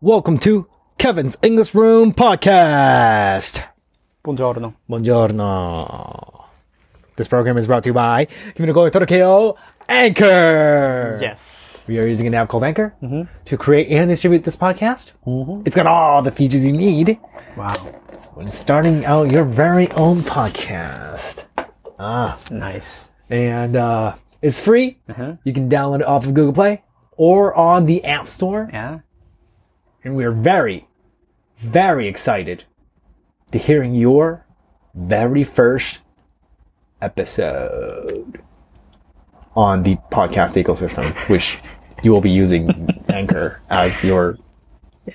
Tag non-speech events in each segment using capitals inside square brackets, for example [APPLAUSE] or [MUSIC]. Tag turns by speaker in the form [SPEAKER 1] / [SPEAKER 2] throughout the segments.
[SPEAKER 1] Welcome to Kevin's English Room Podcast.
[SPEAKER 2] Buongiorno.
[SPEAKER 1] Buongiorno. This program is brought to you by Kiminogoi Torokeo Anchor.
[SPEAKER 2] Yes. Mm-hmm.
[SPEAKER 1] We are using an app called Anchor to create and distribute this podcast. It's got all the features you need
[SPEAKER 2] Wow.
[SPEAKER 1] when starting out your very own podcast.
[SPEAKER 2] Nice.
[SPEAKER 1] And uh, it's free.
[SPEAKER 2] Uh-huh.
[SPEAKER 1] You can download it off of Google Play or on the App Store.
[SPEAKER 2] Yeah.
[SPEAKER 1] and we are very, very excited to hearing your very first episode on the podcast ecosystem, which you will be using Anchor as your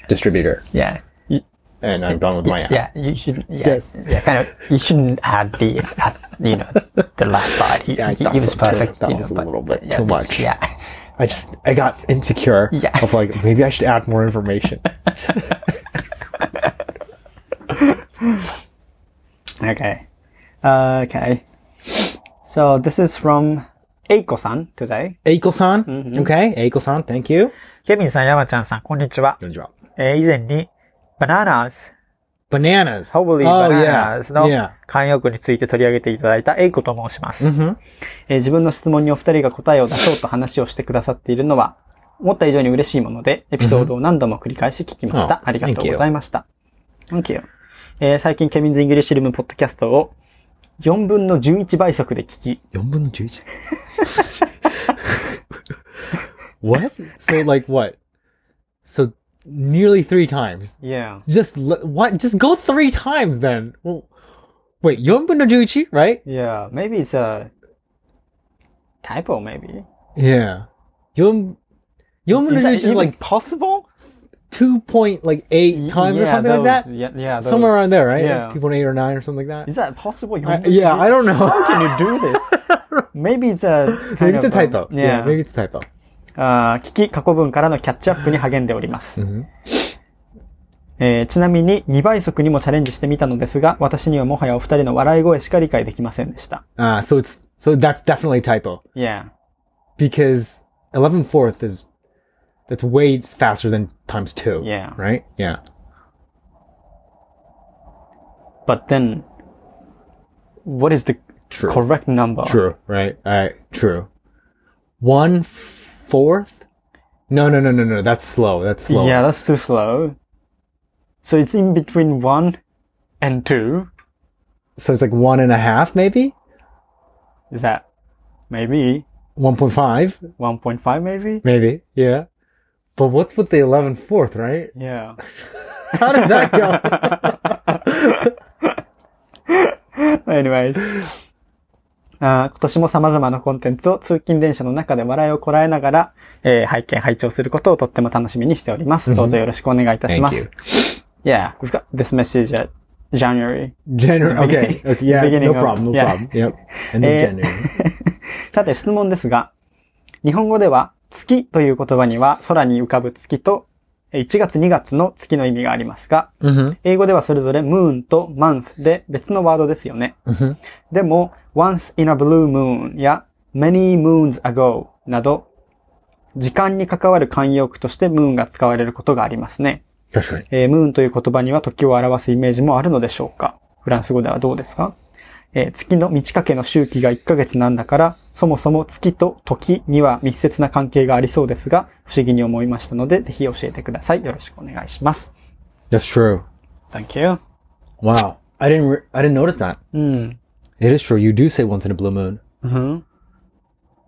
[SPEAKER 1] distributor.
[SPEAKER 2] Yeah. You,
[SPEAKER 1] And I'm done with my app.
[SPEAKER 2] yeah. You should. Yeah,
[SPEAKER 1] Yes.
[SPEAKER 2] Yeah. Kind of. You shouldn't add the. Add, you know, the last part.
[SPEAKER 1] I
[SPEAKER 2] Yeah. It
[SPEAKER 1] thought
[SPEAKER 2] was
[SPEAKER 1] so too.
[SPEAKER 2] perfect.
[SPEAKER 1] That
[SPEAKER 2] you know,
[SPEAKER 1] was a
[SPEAKER 2] but-
[SPEAKER 1] little bit
[SPEAKER 2] yeah,
[SPEAKER 1] too much.
[SPEAKER 2] Yeah. [LAUGHS]
[SPEAKER 1] I just I got insecure
[SPEAKER 2] Yeah.
[SPEAKER 1] of like maybe I should add more information.
[SPEAKER 2] Okay. okay. So this is from Eiko-san today.
[SPEAKER 1] Eiko-san,
[SPEAKER 2] Mm-hmm.
[SPEAKER 1] okay, Eiko-san, thank you.
[SPEAKER 2] ケビンさん、山ちゃんさん、こんにち
[SPEAKER 1] Mm.
[SPEAKER 2] は。え Eh, ー以前に、バナナズ
[SPEAKER 1] Bananas. oh,
[SPEAKER 2] Holy Bananas
[SPEAKER 1] yeah.
[SPEAKER 2] の
[SPEAKER 1] yeah.
[SPEAKER 2] 慣用句について取り上げていただいたエイコと申します、
[SPEAKER 1] Mhm.
[SPEAKER 2] えー自分の質問にお二人が答えを出そうと話をしてくださっているのは、思った以上に嬉しいもので、エピソードを何度も繰り返し聞きました。
[SPEAKER 1] Oh,
[SPEAKER 2] ありがとうございました。Thank you. えー最近、ケビンズ・イングリッシュルームポッドキャストを4分の11倍速で聞き、
[SPEAKER 1] 4分の 11? what? So like what? So nearly three times.
[SPEAKER 2] Yeah.
[SPEAKER 1] Just l- what? Just go three times then. Well, wait, 4分の 11, right?
[SPEAKER 2] Yeah, maybe it's a typo, maybe.
[SPEAKER 1] Yeah. 4, 4分の
[SPEAKER 2] Is that
[SPEAKER 1] 11 is
[SPEAKER 2] even
[SPEAKER 1] like
[SPEAKER 2] possible?
[SPEAKER 1] 2.8 like eight times or
[SPEAKER 2] Yeah,
[SPEAKER 1] something like that.
[SPEAKER 2] those- Yeah, yeah. those-
[SPEAKER 1] Somewhere around there, right?
[SPEAKER 2] Yeah.
[SPEAKER 1] 2.8 or 9 or something like that.
[SPEAKER 2] Is that possible? You
[SPEAKER 1] I, yeah, I don't know.
[SPEAKER 2] How can you do this? maybe it's a
[SPEAKER 1] [LAUGHS]
[SPEAKER 2] kind
[SPEAKER 1] maybe it's a
[SPEAKER 2] of,
[SPEAKER 1] typo.
[SPEAKER 2] um,
[SPEAKER 1] yeah.
[SPEAKER 2] yeah.
[SPEAKER 1] maybe it's a typo.
[SPEAKER 2] あー聞き過去文からのキャッチアップに励んでおります。
[SPEAKER 1] ん
[SPEAKER 2] えーちなみに2倍速にもチャレンジしてみたのですが、私にはもはやお二人の笑い声しか理解できませんでした。
[SPEAKER 1] Uh, so it's so that's definitely a typo.
[SPEAKER 2] Yeah.
[SPEAKER 1] because 11 fourth is that's way faster than times two.
[SPEAKER 2] Yeah.
[SPEAKER 1] Right. Yeah.
[SPEAKER 2] But then, what is the
[SPEAKER 1] True.
[SPEAKER 2] correct number?
[SPEAKER 1] True. Right. All right. True. One fourth. No, no, no, no, no. That's slow. That's slow.
[SPEAKER 2] Yeah, that's too slow. So it's in between 1 and 2.
[SPEAKER 1] So it's like one and a half, maybe
[SPEAKER 2] Is that maybe
[SPEAKER 1] 1.5,
[SPEAKER 2] 1.5 maybe?
[SPEAKER 1] maybe. Yeah. But what's with the 11 fourth, right? [LAUGHS]
[SPEAKER 2] Yeah.
[SPEAKER 1] How did that
[SPEAKER 2] [LAUGHS]
[SPEAKER 1] go?
[SPEAKER 2] Anyways. あー今年も様々なコンテンツを通勤電車の中で笑いをこらえながら、えー拝見、拝聴することをとっても楽しみにしております。どうぞよろしくお願いいたします。Yeah, we've got this message at January.
[SPEAKER 1] January. Okay.
[SPEAKER 2] beginning-
[SPEAKER 1] okay. Yeah. No
[SPEAKER 2] beginning of-
[SPEAKER 1] problem. No
[SPEAKER 2] yeah.
[SPEAKER 1] problem. Yep. End of
[SPEAKER 2] Eh.
[SPEAKER 1] January.
[SPEAKER 2] さて質問ですが、日本語では月という言葉には空に浮かぶ月とえー1月2月の月の意味がありますが、
[SPEAKER 1] Mm-hmm.
[SPEAKER 2] 英語ではそれぞれ moon と month で別のワードですよね。
[SPEAKER 1] Mhm.
[SPEAKER 2] でも、once in a blue moon や many moons ago など、時間に関わる慣用句として moon が使われることがありますね。
[SPEAKER 1] That's right.
[SPEAKER 2] えー、ムーンという言葉には時を表すイメージもあるのでしょうかフランス語ではどうですか、えー月の満ち欠けの周期が1ヶ月なんだから、そもそも月と時には密接な関係がありそうですが、不思議に思いましたので、ぜひ教えてください。よろしくお願いします。
[SPEAKER 1] That's true.
[SPEAKER 2] Thank you.
[SPEAKER 1] Wow. I didn't, re- I didn't notice that.
[SPEAKER 2] うん。
[SPEAKER 1] It is true. You do say once in a blue moon, Mm-hmm.
[SPEAKER 2] うん。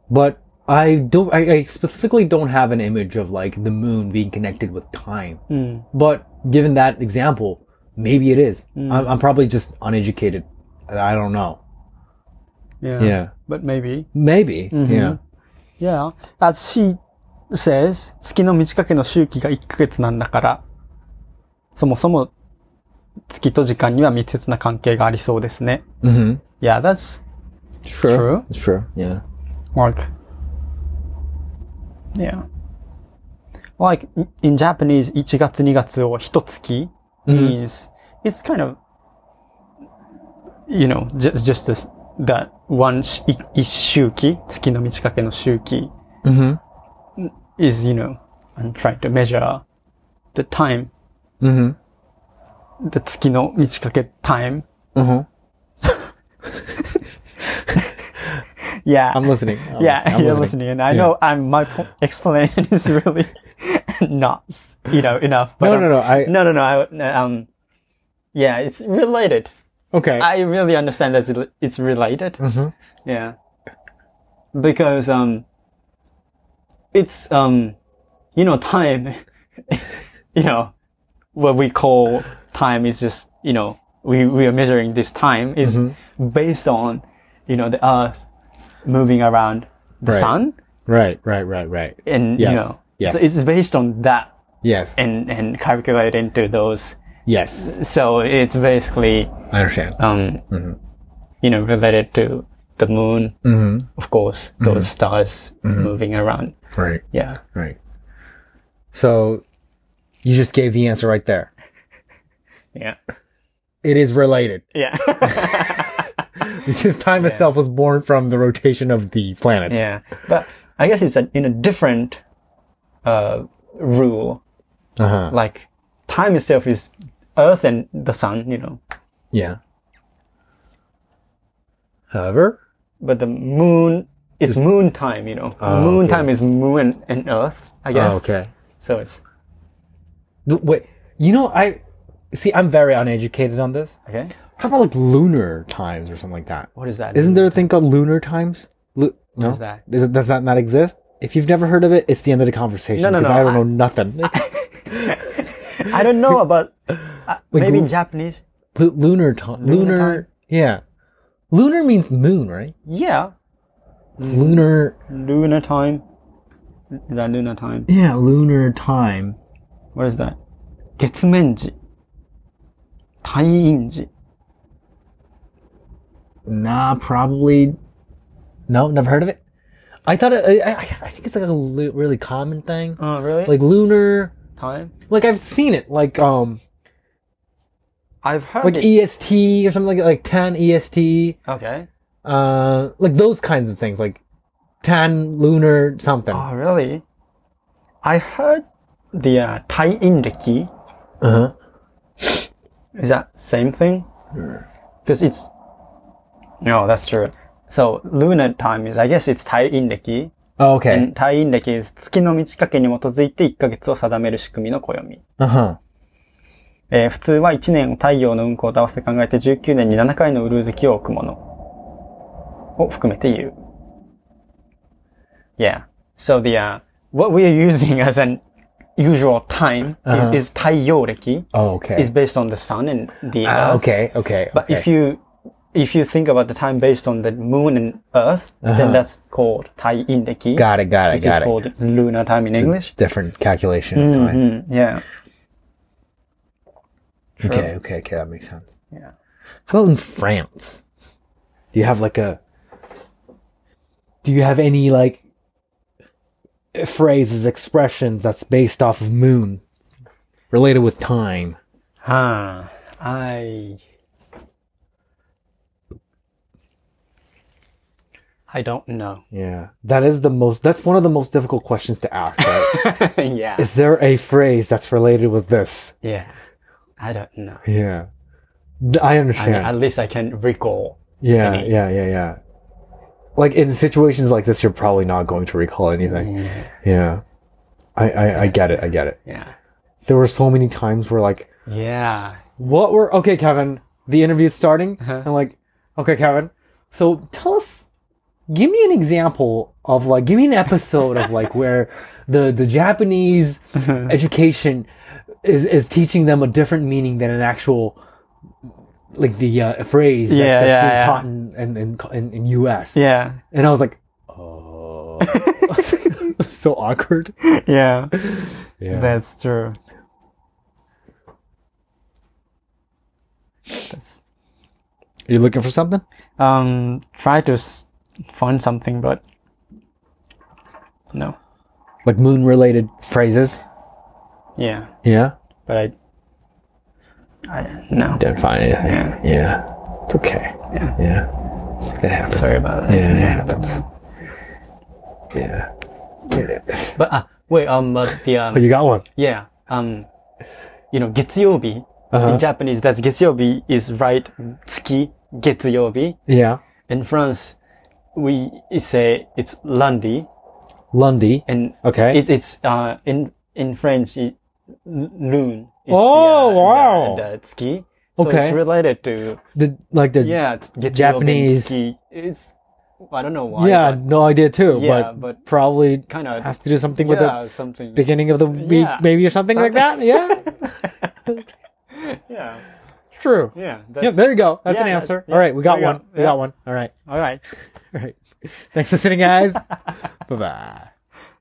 [SPEAKER 1] but I don't. I, I specifically don't have an image of like the moon being connected with time.
[SPEAKER 2] うん。
[SPEAKER 1] But given that example, maybe it is. I'm, I'm probably just uneducated. I don't know.
[SPEAKER 2] Yeah.
[SPEAKER 1] Yeah, Mm-hmm.
[SPEAKER 2] But maybe.
[SPEAKER 1] maybe. Yeah.
[SPEAKER 2] Yeah. As she says, 月の満ち欠けの周期が1ヶ月なんだから、そもそも月と時間には密接な関係がありそうですね。
[SPEAKER 1] Mm-hmm.
[SPEAKER 2] Yeah, that's
[SPEAKER 1] Sure.
[SPEAKER 2] True.
[SPEAKER 1] Sure. Yeah.
[SPEAKER 2] like yeah like in Japanese 1月2月を一月
[SPEAKER 1] Mm-hmm.
[SPEAKER 2] means it's kind of you know just just this that one sh- い一周期月の満ち欠けの周期
[SPEAKER 1] Mm-hmm.
[SPEAKER 2] is you know I'm trying to measure the time,
[SPEAKER 1] Mm-hmm.
[SPEAKER 2] the 月の満ち欠け time.
[SPEAKER 1] Mm-hmm.
[SPEAKER 2] [LAUGHS] Yeah.
[SPEAKER 1] I'm [LAUGHS] listening. I'm listening.
[SPEAKER 2] yeah,
[SPEAKER 1] I'm
[SPEAKER 2] you're listening. And I know I'm, my po- explanation [LAUGHS] is really not, you know, enough. But
[SPEAKER 1] No,
[SPEAKER 2] um,
[SPEAKER 1] no, no. I
[SPEAKER 2] no, no, no. I, no, um, yeah, it's related.
[SPEAKER 1] okay.
[SPEAKER 2] I really understand that it- it's related.
[SPEAKER 1] Mhm.
[SPEAKER 2] Yeah, because um, it's um, you know, time. [LAUGHS] you know, what we call time is just you know we we are measuring this time is
[SPEAKER 1] Mm-hmm.
[SPEAKER 2] based on you know the Earth moving around the
[SPEAKER 1] Right.
[SPEAKER 2] sun
[SPEAKER 1] right, right, right, right.
[SPEAKER 2] and you
[SPEAKER 1] Yes.
[SPEAKER 2] know
[SPEAKER 1] Yes.
[SPEAKER 2] so it's based on that
[SPEAKER 1] Yes.
[SPEAKER 2] and and calculated into those
[SPEAKER 1] Yes.
[SPEAKER 2] so it's basically
[SPEAKER 1] I understand.
[SPEAKER 2] um,
[SPEAKER 1] Mm-hmm.
[SPEAKER 2] you know, related to the moon,
[SPEAKER 1] Mm-hmm.
[SPEAKER 2] of course, those stars moving around.
[SPEAKER 1] Right.
[SPEAKER 2] Yeah.
[SPEAKER 1] Right. So you just gave the answer right there.
[SPEAKER 2] Yeah. [LAUGHS]
[SPEAKER 1] It is related [LAUGHS]
[SPEAKER 2] Yeah.
[SPEAKER 1] because time itself was born from the rotation of the planets.
[SPEAKER 2] [LAUGHS] yeah. But I guess it's a, in a different uh, rule.
[SPEAKER 1] Uh-huh.
[SPEAKER 2] Like, time itself is Earth and the sun, you know.
[SPEAKER 1] Yeah. However,
[SPEAKER 2] But the moon, it's moon time, you know. moon
[SPEAKER 1] Ah, okay. Ah,
[SPEAKER 2] time is moon and, and Earth, I guess.
[SPEAKER 1] oh, okay.
[SPEAKER 2] So it's,
[SPEAKER 1] Th- Wait, you know, I see. I'm very uneducated on this.
[SPEAKER 2] okay.
[SPEAKER 1] How about like lunar times or something like that?
[SPEAKER 2] What is that?
[SPEAKER 1] Isn't there a thing called lunar times? Lu- no,
[SPEAKER 2] is that?
[SPEAKER 1] Is it, does that not exist? If you've never heard of it, it's the end of the conversation
[SPEAKER 2] No, no,
[SPEAKER 1] because
[SPEAKER 2] no,
[SPEAKER 1] I don't
[SPEAKER 2] I-
[SPEAKER 1] know nothing.
[SPEAKER 2] [LAUGHS] I don't
[SPEAKER 1] [LAUGHS]
[SPEAKER 2] know about, uh, maybe in
[SPEAKER 1] moon-
[SPEAKER 2] Japanese.
[SPEAKER 1] Lu- lunar time. Lunar,
[SPEAKER 2] time?
[SPEAKER 1] Yeah. Lunar means moon, right?
[SPEAKER 2] Yeah.
[SPEAKER 1] Mm. Lunar.
[SPEAKER 2] Lunar time. Is that lunar time?
[SPEAKER 1] Yeah, lunar time.
[SPEAKER 2] What is that? 月面時。退院時。
[SPEAKER 1] Nah, probably. No, never heard of it. I thought it, I, I, I think it's like a lu- really common thing.
[SPEAKER 2] Oh, really?
[SPEAKER 1] Like lunar.
[SPEAKER 2] time?
[SPEAKER 1] Like I've seen it. Like um,
[SPEAKER 2] I've heard
[SPEAKER 1] like
[SPEAKER 2] it.
[SPEAKER 1] EST or something like like tan EST.
[SPEAKER 2] okay.
[SPEAKER 1] Uh, like those kinds of things. Like tan lunar something.
[SPEAKER 2] Oh, really? I heard the uh, 退院歴
[SPEAKER 1] Uh
[SPEAKER 2] Uh-huh.
[SPEAKER 1] huh.
[SPEAKER 2] Is that same thing? Because it's... No, that's true. So, lunar time is, I guess it's 退院歴
[SPEAKER 1] Oh, okay.
[SPEAKER 2] 退院歴 is 月の満ち欠けに基づいて1ヶ月を定める仕組みの暦。
[SPEAKER 1] Uh huh.
[SPEAKER 2] えー普通は1年を太陽の運行と合わせて考えて19年に7回のウルー月を置くものを含めて言う。Yeah. So the,、uh, what we are using as an usual time is, is 太陽暦
[SPEAKER 1] Oh, Okay.
[SPEAKER 2] is based on the sun and the
[SPEAKER 1] Ah,
[SPEAKER 2] earth.
[SPEAKER 1] okay. Okay.
[SPEAKER 2] But if you, if you think about the time based on the moon and earth, then that's called 太陰暦
[SPEAKER 1] Got it. Got it.
[SPEAKER 2] which is
[SPEAKER 1] Got it.
[SPEAKER 2] called lunar time in English.
[SPEAKER 1] different calculation of time.
[SPEAKER 2] Mm, yeah.
[SPEAKER 1] Okay, okay, okay, that makes sense.
[SPEAKER 2] Yeah.
[SPEAKER 1] How about in France? Do you have like a do you have any like phrases, expressions that's based off of moon related with time?
[SPEAKER 2] Ah, I. I don't
[SPEAKER 1] [LAUGHS]
[SPEAKER 2] know.
[SPEAKER 1] Yeah. That is the most that's one of the most difficult questions to ask,
[SPEAKER 2] [LAUGHS]
[SPEAKER 1] right?
[SPEAKER 2] yeah.
[SPEAKER 1] is there a phrase that's related with this?
[SPEAKER 2] Yeah. I don't know.
[SPEAKER 1] Yeah. D- I
[SPEAKER 2] I
[SPEAKER 1] understand.
[SPEAKER 2] mean, at least I can recall.
[SPEAKER 1] yeah,
[SPEAKER 2] any-
[SPEAKER 1] yeah, yeah, yeah. Like in situations like this you're probably not going to recall anything.
[SPEAKER 2] Yeah.
[SPEAKER 1] Yeah. I, I, I get it. I get it.
[SPEAKER 2] Yeah.
[SPEAKER 1] There were so many times where like,
[SPEAKER 2] Yeah.
[SPEAKER 1] what were, okay, Kevin, the interview's starting.
[SPEAKER 2] Uh-huh.
[SPEAKER 1] And like, okay, Kevin. So tell us, give me an example of like, give me an episode of
[SPEAKER 2] [LAUGHS]
[SPEAKER 1] like where the, the Japanese
[SPEAKER 2] Uh-huh.
[SPEAKER 1] education is, is teaching them a different meaning than an actual, like the uh, phrase that-
[SPEAKER 2] Yeah,
[SPEAKER 1] that's
[SPEAKER 2] yeah,
[SPEAKER 1] being
[SPEAKER 2] yeah.
[SPEAKER 1] taught in, in, in, in, in US.
[SPEAKER 2] Yeah.
[SPEAKER 1] And I was
[SPEAKER 2] [LAUGHS]
[SPEAKER 1] like, oh, [LAUGHS] so awkward.
[SPEAKER 2] Yeah.
[SPEAKER 1] [LAUGHS] Yeah.
[SPEAKER 2] That's true. That's,
[SPEAKER 1] Are you looking for something?
[SPEAKER 2] um, try to s- find something, but no.
[SPEAKER 1] Like moon related phrases?
[SPEAKER 2] Yeah.
[SPEAKER 1] Yeah.
[SPEAKER 2] But I. I no.
[SPEAKER 1] Didn't find anything.
[SPEAKER 2] Yeah.
[SPEAKER 1] Yeah. It's okay.
[SPEAKER 2] Yeah.
[SPEAKER 1] Yeah. It happens.
[SPEAKER 2] Sorry about that.
[SPEAKER 1] Yeah, it happens. Yeah. It happens.
[SPEAKER 2] But uh, wait, um, but the um,
[SPEAKER 1] [LAUGHS] Oh, you got one.
[SPEAKER 2] yeah, um, you know, 月曜日
[SPEAKER 1] Uh-huh.
[SPEAKER 2] In Japanese, that's 月曜日 is right, 月、月曜日。
[SPEAKER 1] Yeah.
[SPEAKER 2] In France, we say it's lundi,
[SPEAKER 1] Lundy.
[SPEAKER 2] and
[SPEAKER 1] Okay.
[SPEAKER 2] it, it's, uh, in, in French, it, noon. Is
[SPEAKER 1] Oh,
[SPEAKER 2] the, uh,
[SPEAKER 1] wow.
[SPEAKER 2] The, the tsuki. So
[SPEAKER 1] Okay.
[SPEAKER 2] it's related to,
[SPEAKER 1] the like the yeah,
[SPEAKER 2] yeah, it's 月曜日
[SPEAKER 1] Japanese.
[SPEAKER 2] tsuki. It's, I don't know why. but
[SPEAKER 1] no idea too,
[SPEAKER 2] Yeah,
[SPEAKER 1] but,
[SPEAKER 2] but
[SPEAKER 1] probably
[SPEAKER 2] kind of,
[SPEAKER 1] has to do something with
[SPEAKER 2] yeah,
[SPEAKER 1] the
[SPEAKER 2] something.
[SPEAKER 1] beginning of the week,
[SPEAKER 2] Yeah.
[SPEAKER 1] maybe or something like that. Yeah.
[SPEAKER 2] yeah,
[SPEAKER 1] True. Yeah.
[SPEAKER 2] yeah.
[SPEAKER 1] there you go. That's
[SPEAKER 2] Yeah,
[SPEAKER 1] an
[SPEAKER 2] yeah,
[SPEAKER 1] answer.
[SPEAKER 2] yeah,
[SPEAKER 1] All right, we got
[SPEAKER 2] there you
[SPEAKER 1] one.
[SPEAKER 2] go.
[SPEAKER 1] We
[SPEAKER 2] Yeah.
[SPEAKER 1] got one. All right. [LAUGHS]
[SPEAKER 2] All right.
[SPEAKER 1] All right. Thanks for sitting guys. bye bye.